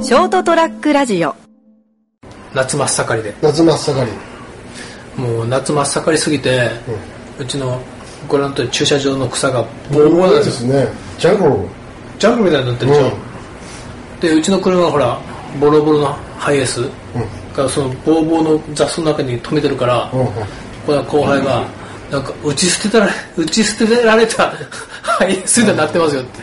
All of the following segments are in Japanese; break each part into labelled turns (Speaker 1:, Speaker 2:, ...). Speaker 1: ショートトラックラジオ
Speaker 2: 夏真っ盛りで
Speaker 3: 夏真っ盛り、
Speaker 2: もう夏真っ盛りすぎて、うちのご覧のとおり駐車場の草がボロボロなん
Speaker 3: で
Speaker 2: ですよ
Speaker 3: すねジャンゴ
Speaker 2: ジャングルみたいになってるでしょ、でうちの車がほらボロボロのハイエースがそのボーボーの雑草の中に止めてるから、
Speaker 3: うんうん
Speaker 2: この後輩が、なんか打ち捨てたら 打ち捨てられた ハイエースみたいになってますよって、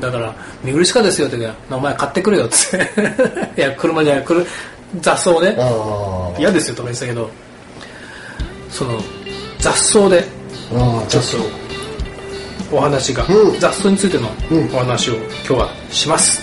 Speaker 2: だから見苦しかですよって言うからお前買ってくれよって いや車じゃないくる雑草をね
Speaker 3: あ
Speaker 2: 嫌ですよとか言ってたけどその雑草で
Speaker 3: ーあーちょっと
Speaker 2: お話が、
Speaker 3: うん
Speaker 2: 雑草についての
Speaker 3: うん
Speaker 2: お話を今日はします、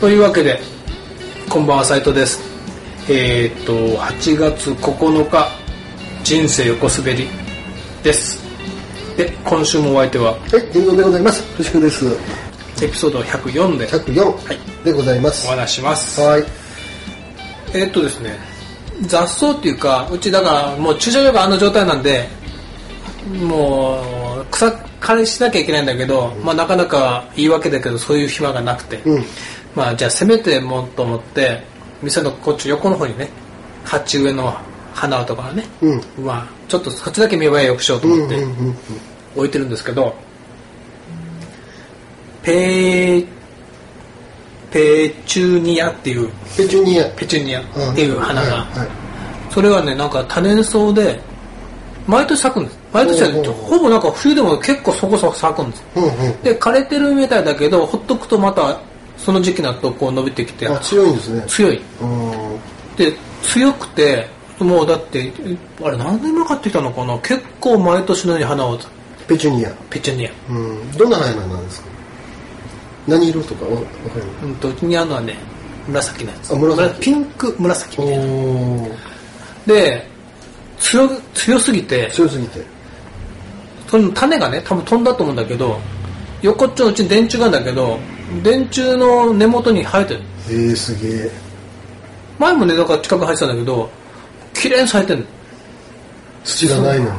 Speaker 2: というわけでこんばんは斉藤ですえーっと8月9日人生横滑りですで今週もお相手は
Speaker 3: はい天丼でございますよしくです
Speaker 2: エピソード104で
Speaker 3: 104でございます
Speaker 2: お話しします
Speaker 3: はい
Speaker 2: えーっとですね雑草っていうかうちだからもう駐車場があの状態なんでもう草刈りしなきゃいけないんだけど、まあ、なかなか言い訳だけどそういう暇がなくて、
Speaker 3: うん
Speaker 2: まあじゃあせめてもんと思って店のこっち横の方にね鉢植えの花とかね、
Speaker 3: うん
Speaker 2: まあちょっとそっちだけ見栄えよくしようと思って
Speaker 3: うんうんうん
Speaker 2: 置いてるんですけど、ペーペチュニアっていう
Speaker 3: ペチュニア
Speaker 2: ペチュニアっていう花が、
Speaker 3: はいはい
Speaker 2: それはねなんか多年草で毎年咲くんです毎年はね
Speaker 3: おうおう
Speaker 2: ほぼなんか冬でも結構そこそこ咲くんです
Speaker 3: うんうん
Speaker 2: で枯れてるみたいだけどほっとくとまたその時期になるとこう伸びてきて
Speaker 3: あ強いんですね
Speaker 2: 強いう
Speaker 3: ーん
Speaker 2: で強くてもうだってあれ何年も買ってきたのかな結構毎年のように花を
Speaker 3: ペチュニア
Speaker 2: ペチュニア
Speaker 3: うんどんな花なんですか何色とかわわかりま
Speaker 2: うんとにあのはね紫のやつ
Speaker 3: あ紫
Speaker 2: ピンク紫
Speaker 3: すおー
Speaker 2: で強強すぎて
Speaker 3: 強すぎて
Speaker 2: その種がね多分飛んだと思うんだけど横っちょのうちに電柱があるんだけど電柱の根元に生えてる
Speaker 3: えー、すげえ
Speaker 2: 前もねだから近く生えてたんだけど綺麗に生えてる
Speaker 3: 土がないの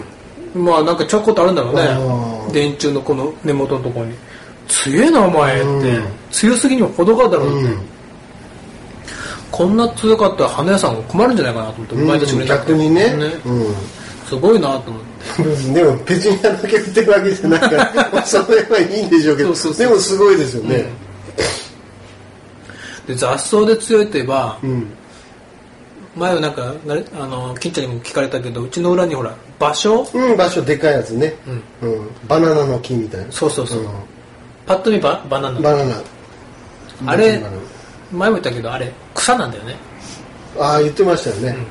Speaker 3: に
Speaker 2: まあなんかちょこっとあるんだろう
Speaker 3: あー
Speaker 2: ね電柱のこの根元のところに強えなお前って、
Speaker 3: うん
Speaker 2: 強すぎにも程があるだろうって、
Speaker 3: うん
Speaker 2: こんな強かったら花屋さんも困るんじゃないかなと思って、毎年売れなくて
Speaker 3: 逆にね
Speaker 2: ね
Speaker 3: うん
Speaker 2: すごいなと思って
Speaker 3: でもペチュニアだけ売ってるわけじゃないからまあそれはいいんでしょうけど
Speaker 2: そうそうそう
Speaker 3: でもすごいですよね
Speaker 2: で雑草で強いといえば、
Speaker 3: うん、
Speaker 2: 前はなんかなれあの金ちゃんにも聞かれたけどうちの裏にほら芭蕉
Speaker 3: うん場所でかいやつね、うんバナナの木みたいな
Speaker 2: そうそうそう、
Speaker 3: う
Speaker 2: パッと見ババナ
Speaker 3: ん
Speaker 2: ナ
Speaker 3: バナナ
Speaker 2: あれ
Speaker 3: バナナ
Speaker 2: 前も言ったけどあれ草なんだよね
Speaker 3: ああ言ってましたよね、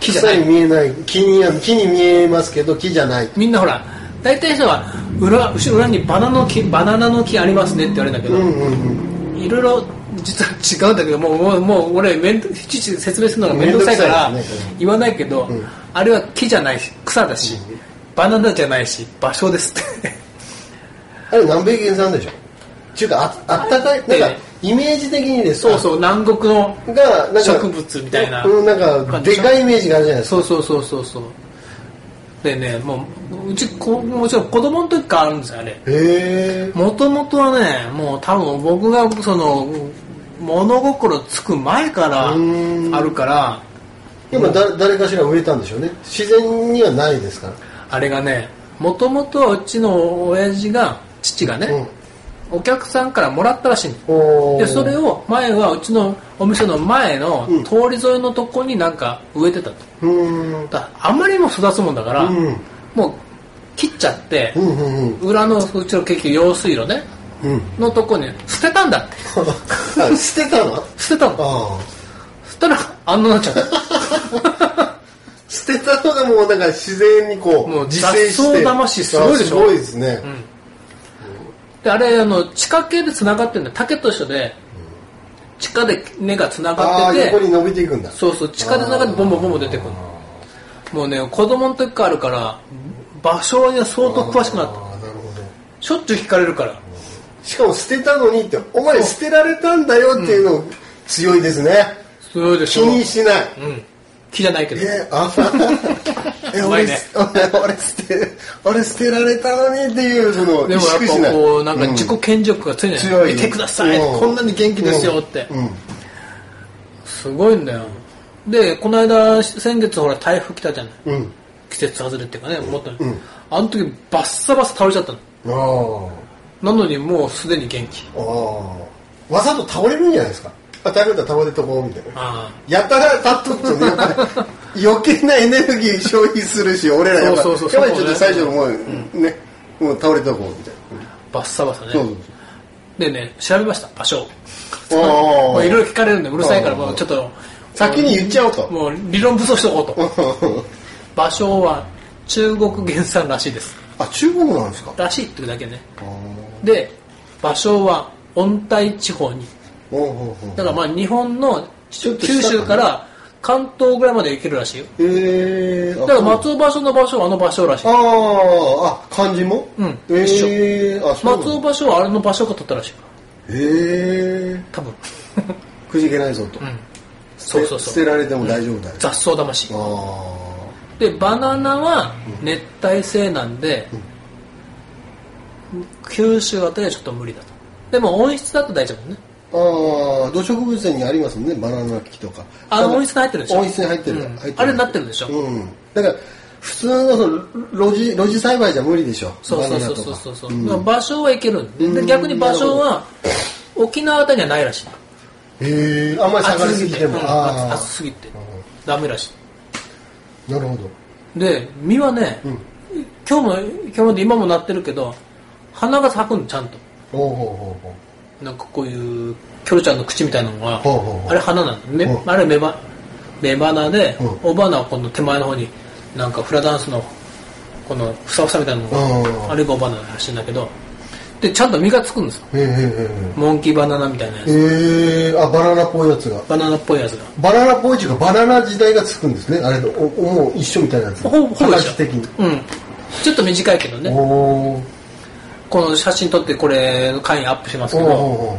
Speaker 2: 木じゃな
Speaker 3: 草
Speaker 2: い
Speaker 3: に見えない木には木に見えますけど木じゃない
Speaker 2: みんなほら大体人は裏後ろ裏にバナナの木バナナの木ありますねって言われるんだけ
Speaker 3: う
Speaker 2: ど、
Speaker 3: んうん
Speaker 2: いろいろ実は違うんだけどもうもうもう俺めんどいちいち説明するのが面倒くさいから
Speaker 3: 面倒くさいですね
Speaker 2: 言わないけど、あれは木じゃないし草だし、バナナじゃないし場所ですって
Speaker 3: あれ南米原産でしょっていうかああったかい
Speaker 2: ええ
Speaker 3: なんかイメージ的にです
Speaker 2: そうそう南国の
Speaker 3: がなんか
Speaker 2: 植物みたいな
Speaker 3: うんなんかでかいイメージがあるじゃないですか
Speaker 2: そうそうそうそうそうでねもううちこもちろん子供の時からあるんですよあれ
Speaker 3: へえ
Speaker 2: もともとはねもう多分僕がその物心つく前から
Speaker 3: うん
Speaker 2: あるから
Speaker 3: 今だ誰かしら植えたんでしょうね自然にはないですから
Speaker 2: あれがねもともとはうちの親父が父がね、お客さんからもらったらしいの
Speaker 3: おー
Speaker 2: でそれを前はうちのお店の前の
Speaker 3: うん
Speaker 2: 通り沿いのとこになんか植えてたと
Speaker 3: うーん
Speaker 2: だからあまりにも育つもんだから、
Speaker 3: うん
Speaker 2: もう切っちゃって
Speaker 3: う、んうんうん
Speaker 2: 裏のうちの結局用水路ね
Speaker 3: うん
Speaker 2: のとこに捨てたんだって
Speaker 3: あ捨てたの
Speaker 2: 捨てたの
Speaker 3: ああ
Speaker 2: そしたらあんなになっちゃった
Speaker 3: 捨てたのがもうなんか自然にこう
Speaker 2: もう
Speaker 3: 自生して
Speaker 2: 雑草魂すごいでしょ
Speaker 3: あすごいですね、
Speaker 2: であれあの地下系でつながってるんだよ竹と一緒で地下で根がつな
Speaker 3: あ
Speaker 2: がっ
Speaker 3: あ
Speaker 2: て
Speaker 3: 横
Speaker 2: て
Speaker 3: に伸びていくんだ
Speaker 2: そうそう地下でつながってボンボンボンボン出てくるのもうね子供の時からあるから場所には相当詳しくなった
Speaker 3: あーなるほど
Speaker 2: しょっちゅう聞かれるから
Speaker 3: しかも捨てたのにってお前捨てられたんだよっていうの、強いですね
Speaker 2: そうでし
Speaker 3: 気
Speaker 2: ょ
Speaker 3: にしない
Speaker 2: うん気じゃないけど
Speaker 3: えあ え
Speaker 2: うま
Speaker 3: 俺
Speaker 2: いね
Speaker 3: 俺俺捨て俺捨てられたのにっていうその
Speaker 2: でも
Speaker 3: 萎縮
Speaker 2: や
Speaker 3: し
Speaker 2: っ
Speaker 3: な
Speaker 2: ぱ
Speaker 3: い
Speaker 2: こうなんか自己顕示欲が強いね、
Speaker 3: 強い
Speaker 2: 見てください、
Speaker 3: うん
Speaker 2: こんなに元気ですよって、
Speaker 3: うん
Speaker 2: すごいんだよでこの間先月ほら台風来たじゃない
Speaker 3: うん、うん
Speaker 2: 季節外れっていうかね思ったの、
Speaker 3: うん
Speaker 2: あの時バッサバサ倒れちゃったの
Speaker 3: あー
Speaker 2: なのにもうすでに元気
Speaker 3: あーわざと倒れるんじゃないですかあ倒れたら倒れとこうみたいな
Speaker 2: あ
Speaker 3: やたら立っとくとねやっぱ り余計なエネルギー消費するし俺らやっぱ
Speaker 2: そうそうそう
Speaker 3: やっぱりちょっと
Speaker 2: そう
Speaker 3: 最
Speaker 2: ね
Speaker 3: 初のもう、ねもう倒れとこうみたい
Speaker 2: あバッサバサね
Speaker 3: な、そう
Speaker 2: でね調べました場所を
Speaker 3: そうあー
Speaker 2: まあいろいろ聞かれるんでうるさいから
Speaker 3: あー
Speaker 2: もうちょっと
Speaker 3: 先に言っちゃおうと
Speaker 2: もう理論不足しとこうと場所は中国原産らしいです
Speaker 3: あ中国なんですから
Speaker 2: しいっていうだけね
Speaker 3: あー
Speaker 2: で場所は温帯地方に
Speaker 3: ほうほうほう
Speaker 2: だからまあ日本の
Speaker 3: ちょっと
Speaker 2: 九
Speaker 3: 下かな
Speaker 2: 州から関東ぐらいまで行けるらしいよ
Speaker 3: えー、
Speaker 2: だ
Speaker 3: あ
Speaker 2: から松尾場所の場所はあの場所らしい
Speaker 3: あーあ漢字も
Speaker 2: うん
Speaker 3: えー、あそうな
Speaker 2: 松尾
Speaker 3: の
Speaker 2: 場所はあれの場所が取ったらしい
Speaker 3: えー、
Speaker 2: 多分
Speaker 3: くじけないぞと、
Speaker 2: うんそうそう
Speaker 3: 捨
Speaker 2: そ
Speaker 3: て
Speaker 2: う
Speaker 3: られても大丈夫だよ、
Speaker 2: 雑草魂
Speaker 3: あ
Speaker 2: でバナナは熱帯性なんで、九州あたりはちょっと無理だとでも温室だと大丈夫ね
Speaker 3: ーあー土植物園にありますもんねバナナ木とか
Speaker 2: あの温室に入ってるでしょ
Speaker 3: 温室に入ってる,、
Speaker 2: うん
Speaker 3: 入ってる
Speaker 2: あれになってるでしょ
Speaker 3: うんだから普通のその路地路地栽培じゃ無理でしょ
Speaker 2: そうそう
Speaker 3: バナ
Speaker 2: そ
Speaker 3: ナ
Speaker 2: う
Speaker 3: とか
Speaker 2: そうそう、
Speaker 3: ん
Speaker 2: だから場所はいけるんでで
Speaker 3: うん
Speaker 2: 逆に場所は沖縄あたりにはないらしい
Speaker 3: へえー、あんまり下がりすぎても
Speaker 2: うん
Speaker 3: あ
Speaker 2: 暑
Speaker 3: ー
Speaker 2: 暑すぎてダメらし
Speaker 3: なるほど
Speaker 2: いで実はね、
Speaker 3: ん
Speaker 2: 今日も今日まで今もなってるけど花が咲くのちゃんと
Speaker 3: ほうほうほうほう
Speaker 2: なんかこういうキョロちゃんの口みたいなのが
Speaker 3: ほうほうほう
Speaker 2: あれ花なの、め
Speaker 3: ほう
Speaker 2: あれ雌花雌花で
Speaker 3: うん
Speaker 2: 雄花はこの手前の方になんかフラダンスのこのふさふさみたいなの
Speaker 3: うん
Speaker 2: があれが雄花らしいんだけどでちゃんと実がつくんですよ
Speaker 3: へえー
Speaker 2: モンキーバナナみたいなやつ
Speaker 3: えー、あバナナっぽいやつが
Speaker 2: バナナっぽいやつが
Speaker 3: バナナっぽいっていうかバナナ時代がつくんですねあれとおおもう一緒みたいなやつ
Speaker 2: ほぼほぼ一緒
Speaker 3: 形的に
Speaker 2: うんちょっと短いけど
Speaker 3: お
Speaker 2: ね
Speaker 3: おー
Speaker 2: この写真撮ってこれの回にアップします
Speaker 3: お
Speaker 2: け
Speaker 3: ー
Speaker 2: ど
Speaker 3: おー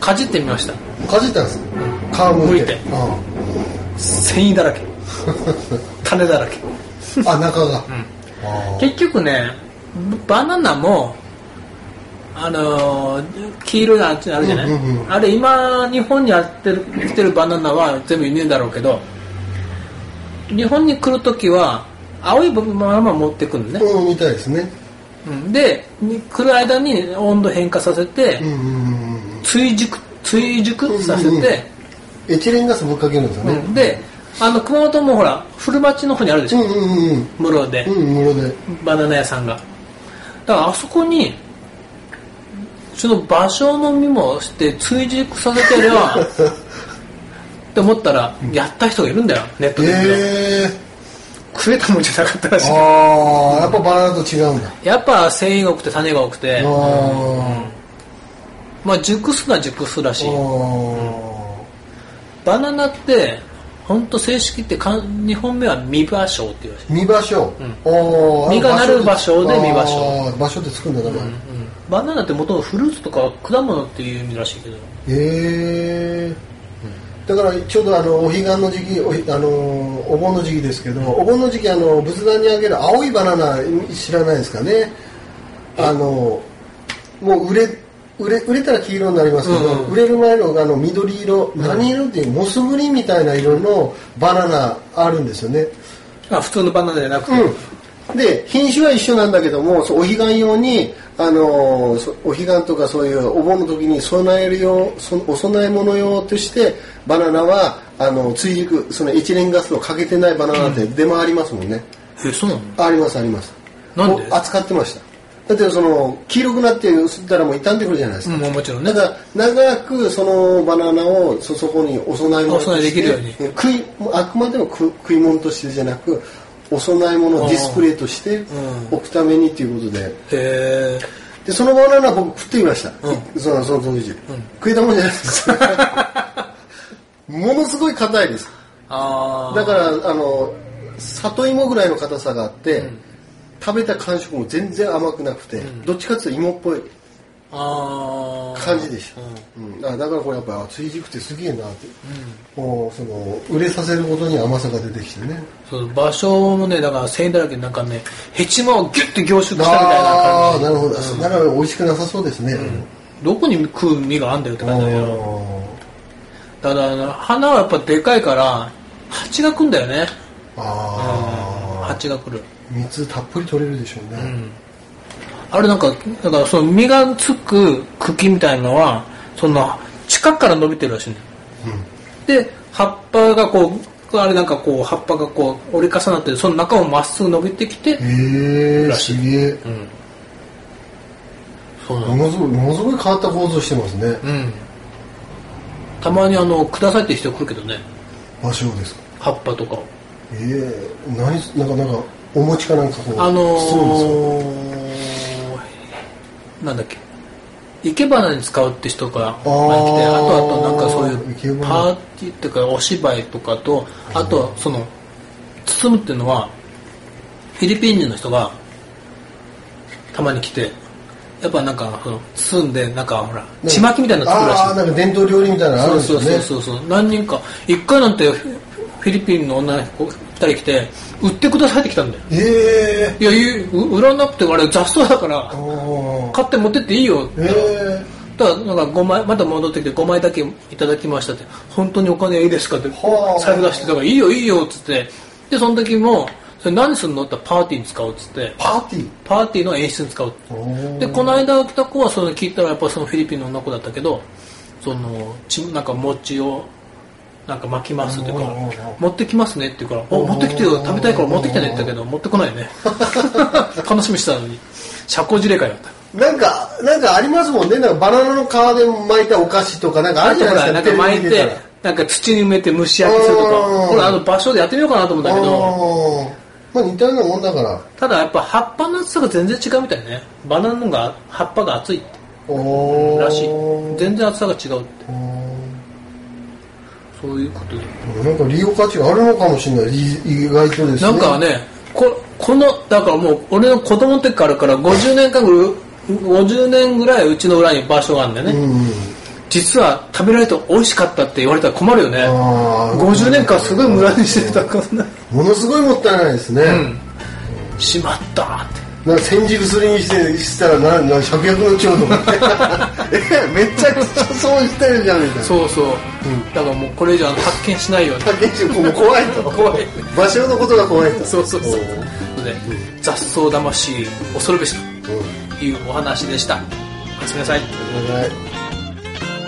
Speaker 2: かじってみました
Speaker 3: おーかじったんです皮む
Speaker 2: 剥
Speaker 3: いて
Speaker 2: いて繊維だらけ種だらけ
Speaker 3: うん あ中が、あー
Speaker 2: 結局ねバナナもあのー黄色いのあるじゃない、
Speaker 3: うんうんう
Speaker 2: あれ今日本にやってる来てるバナナは全部輸入だろうけど日本に来るときは青いバナナも持ってくるのね、
Speaker 3: うんみたいですね
Speaker 2: うんでに来る間に温度変化させて、
Speaker 3: うんうんうんうん
Speaker 2: 追熟追熟させ
Speaker 3: うんうん
Speaker 2: て、
Speaker 3: エチレンガスぶっかけるんですよ
Speaker 2: うん
Speaker 3: ね
Speaker 2: であの熊本もほら古町の方にあるでし
Speaker 3: う
Speaker 2: ょ、
Speaker 3: んうんうん
Speaker 2: 室で
Speaker 3: うんうん室で
Speaker 2: バナナ屋さんがだからあそこにその場所のみもして追熟させてれ ばって思ったらやった人がいるんだよネットで見たら、
Speaker 3: へえ
Speaker 2: 食えたもんじゃなかったらしい
Speaker 3: ああやっぱバナナと違うんだ
Speaker 2: やっぱ繊維が多くて種が多くて
Speaker 3: あー
Speaker 2: まあ熟すのは熟すらしい
Speaker 3: あ
Speaker 2: バナナって本当正式ってかん日本目は未場所って言われて
Speaker 3: ー見場所おー
Speaker 2: 実がなる場所で見場所
Speaker 3: あー場所ってつくんだだから
Speaker 2: る、うんバナナって元々フルーツとか果物っていう意味らしいけど
Speaker 3: へえだからちょうどあのお彼岸の時期おひあのお盆の時期ですけど、お盆の時期あの仏壇にあげる青いバナナ知らないですかねあのもう売れ売れ売れたら黄色になりますけど、
Speaker 2: うんうん
Speaker 3: 売れる前のあの緑色何色っていうモスグリーンみたいな色のバナナあるんですよね
Speaker 2: あ普通のバナナじゃなくて、
Speaker 3: うん、で品種は一緒なんだけどもそうお彼岸用に、あのーそお彼岸とかそういうお盆の時に備える用そお供え物用としてバナナはあの追熟そのエチレンガスをかけてないバナナって出回りますもんね、
Speaker 2: えそうなの
Speaker 3: ありますあります
Speaker 2: なんで
Speaker 3: お扱ってましただってその黄色くなって吸ったらもう傷んでくるじゃないですか、
Speaker 2: うんもうもちろんね
Speaker 3: だから長くそのバナナをそそこにお供え物として
Speaker 2: お供えできるように
Speaker 3: 食いあくまでも食食い物としてじゃなくお供え物をディスプレイとして
Speaker 2: うん
Speaker 3: 置くためにということで
Speaker 2: へえ
Speaker 3: でそのバナナ僕食ってみました、
Speaker 2: うん
Speaker 3: そのその当時、食えたもんじゃ ないですものすごい硬いです
Speaker 2: ああ
Speaker 3: だからあの里芋ぐらいの硬さがあって、食べた感触も全然甘くなくて、どっちかっていうと芋っぽい
Speaker 2: ああ
Speaker 3: 感じでした、
Speaker 2: うん
Speaker 3: うんあだからこれやっぱ追熟ってすげえなって、もうその売れさせることに甘さが出てきてね
Speaker 2: そう場所もねだから繊維だらけでなんかねヘチマをギュッて凝縮したみたいな
Speaker 3: ああ
Speaker 2: 感
Speaker 3: ーなるほど、だから美味しくなさそうですね、
Speaker 2: じどこに食う実があんだよって
Speaker 3: あ
Speaker 2: 感じだけどただあの花はやっぱでかいから蜂が来んだよね
Speaker 3: ーあ
Speaker 2: 蜂が来る
Speaker 3: ー蜜たっぷり取れるでしょうね、
Speaker 2: あれなんかだからその実がつく茎みたいのはその地下から伸びてるらしいんだよで葉っぱがこうあれなんかこう葉っぱがこう折り重なってその中をまっすぐ伸びてきて、
Speaker 3: へえー、
Speaker 2: らしい
Speaker 3: すげえ、
Speaker 2: うんそうなの
Speaker 3: ものすごいものすごい変わった構造してますね、
Speaker 2: うんたまにあのくださいって人来るけどね
Speaker 3: 場所ですか
Speaker 2: 葉っぱとかを
Speaker 3: ええ何すなんかなんかお餅かなんかこう
Speaker 2: あの
Speaker 3: 包むんですか
Speaker 2: ー、なんだっけ生け花に使うって人が前来てあとあとなんかそう
Speaker 3: 生
Speaker 2: い
Speaker 3: け
Speaker 2: う
Speaker 3: 花
Speaker 2: パーティーっていうかお芝居とかとあとはその包むっていうのはフィリピン人の人がたまに来てやっぱなんかその包んでなんかほらちまきみたいなの作るらしい
Speaker 3: ああーなんか伝統料理みたいなのあるんです
Speaker 2: そう
Speaker 3: よね
Speaker 2: そうそうそう何人か一回なんてフィリピンの女の子2人来て売ってくださいって来たんだよ
Speaker 3: ええ
Speaker 2: いや言う売らなくてあれ雑草だから
Speaker 3: ー、おー
Speaker 2: 買って持ってっていいよ
Speaker 3: ええ
Speaker 2: だからなんか5枚また戻ってきて5枚だけいただきましたって本当にお金いいですかって
Speaker 3: はあ
Speaker 2: 財布出してだからいいよいいよっつってでその時もそれ何すんのって言ったらパーティーに使おうっつって
Speaker 3: パーティ
Speaker 2: パーティーの演出に使おう
Speaker 3: ーおー
Speaker 2: でこの間来た子はその聞いたらやっぱそのフィリピンの女の子だったけどそのちなんか餅をなんか巻きますっていうか
Speaker 3: おうおうおう
Speaker 2: 持ってきますねって言うから「お持ってきてよ食べたいから持ってきてね」って言ったけど持ってこないね 楽しみしてたのに社交辞令会だった
Speaker 3: なんかなんかありますもんねなんかバナナの皮で巻いたお菓子とかなんかあ
Speaker 2: あ
Speaker 3: るじ
Speaker 2: と
Speaker 3: ゃ
Speaker 2: ほ
Speaker 3: ない
Speaker 2: らなん
Speaker 3: で
Speaker 2: か
Speaker 3: すか
Speaker 2: 巻い
Speaker 3: テレビ
Speaker 2: て
Speaker 3: で見
Speaker 2: なんか土に埋めて蒸し焼きするとか
Speaker 3: おう
Speaker 2: ほらあの場所でやってみようかなと思うん
Speaker 3: た
Speaker 2: だ
Speaker 3: ら
Speaker 2: けど
Speaker 3: おーまあ似たようなもんだから
Speaker 2: ただやっぱ葉っぱの厚さが全然違うみたいねバナナのが葉っぱが厚いって
Speaker 3: おー
Speaker 2: らしい
Speaker 3: おー
Speaker 2: 全然厚さが違うってそういうことで
Speaker 3: なんか利用価値があるのかもしれないい意外とですね
Speaker 2: なんかね、ここの、だからもう、俺の子供の時からあるから、50年間ぐらい、50年ぐらいうちの裏に場所があるんだよね。
Speaker 3: うんうん
Speaker 2: 実は食べられて美味しかったって言われたら困るよね。
Speaker 3: あー
Speaker 2: 50年間すごい無駄にしてた、こんな。
Speaker 3: ものすごいもったいないですね、
Speaker 2: しまったーって。
Speaker 3: なんか千熟すりにしてしたらなんなん百薬の長と思って えめちゃくちゃ損してるじゃんみたいな
Speaker 2: そうそう。だからもうこれ以上発見しないように。
Speaker 3: 竹内君もう怖いと
Speaker 2: 怖い。
Speaker 3: 場所のことが怖いと
Speaker 2: そうそうそう。という
Speaker 3: おー
Speaker 2: ことで、雑草魂恐るべし
Speaker 3: うん
Speaker 2: というお話でした。おやすみなさい。
Speaker 3: ごめんなさい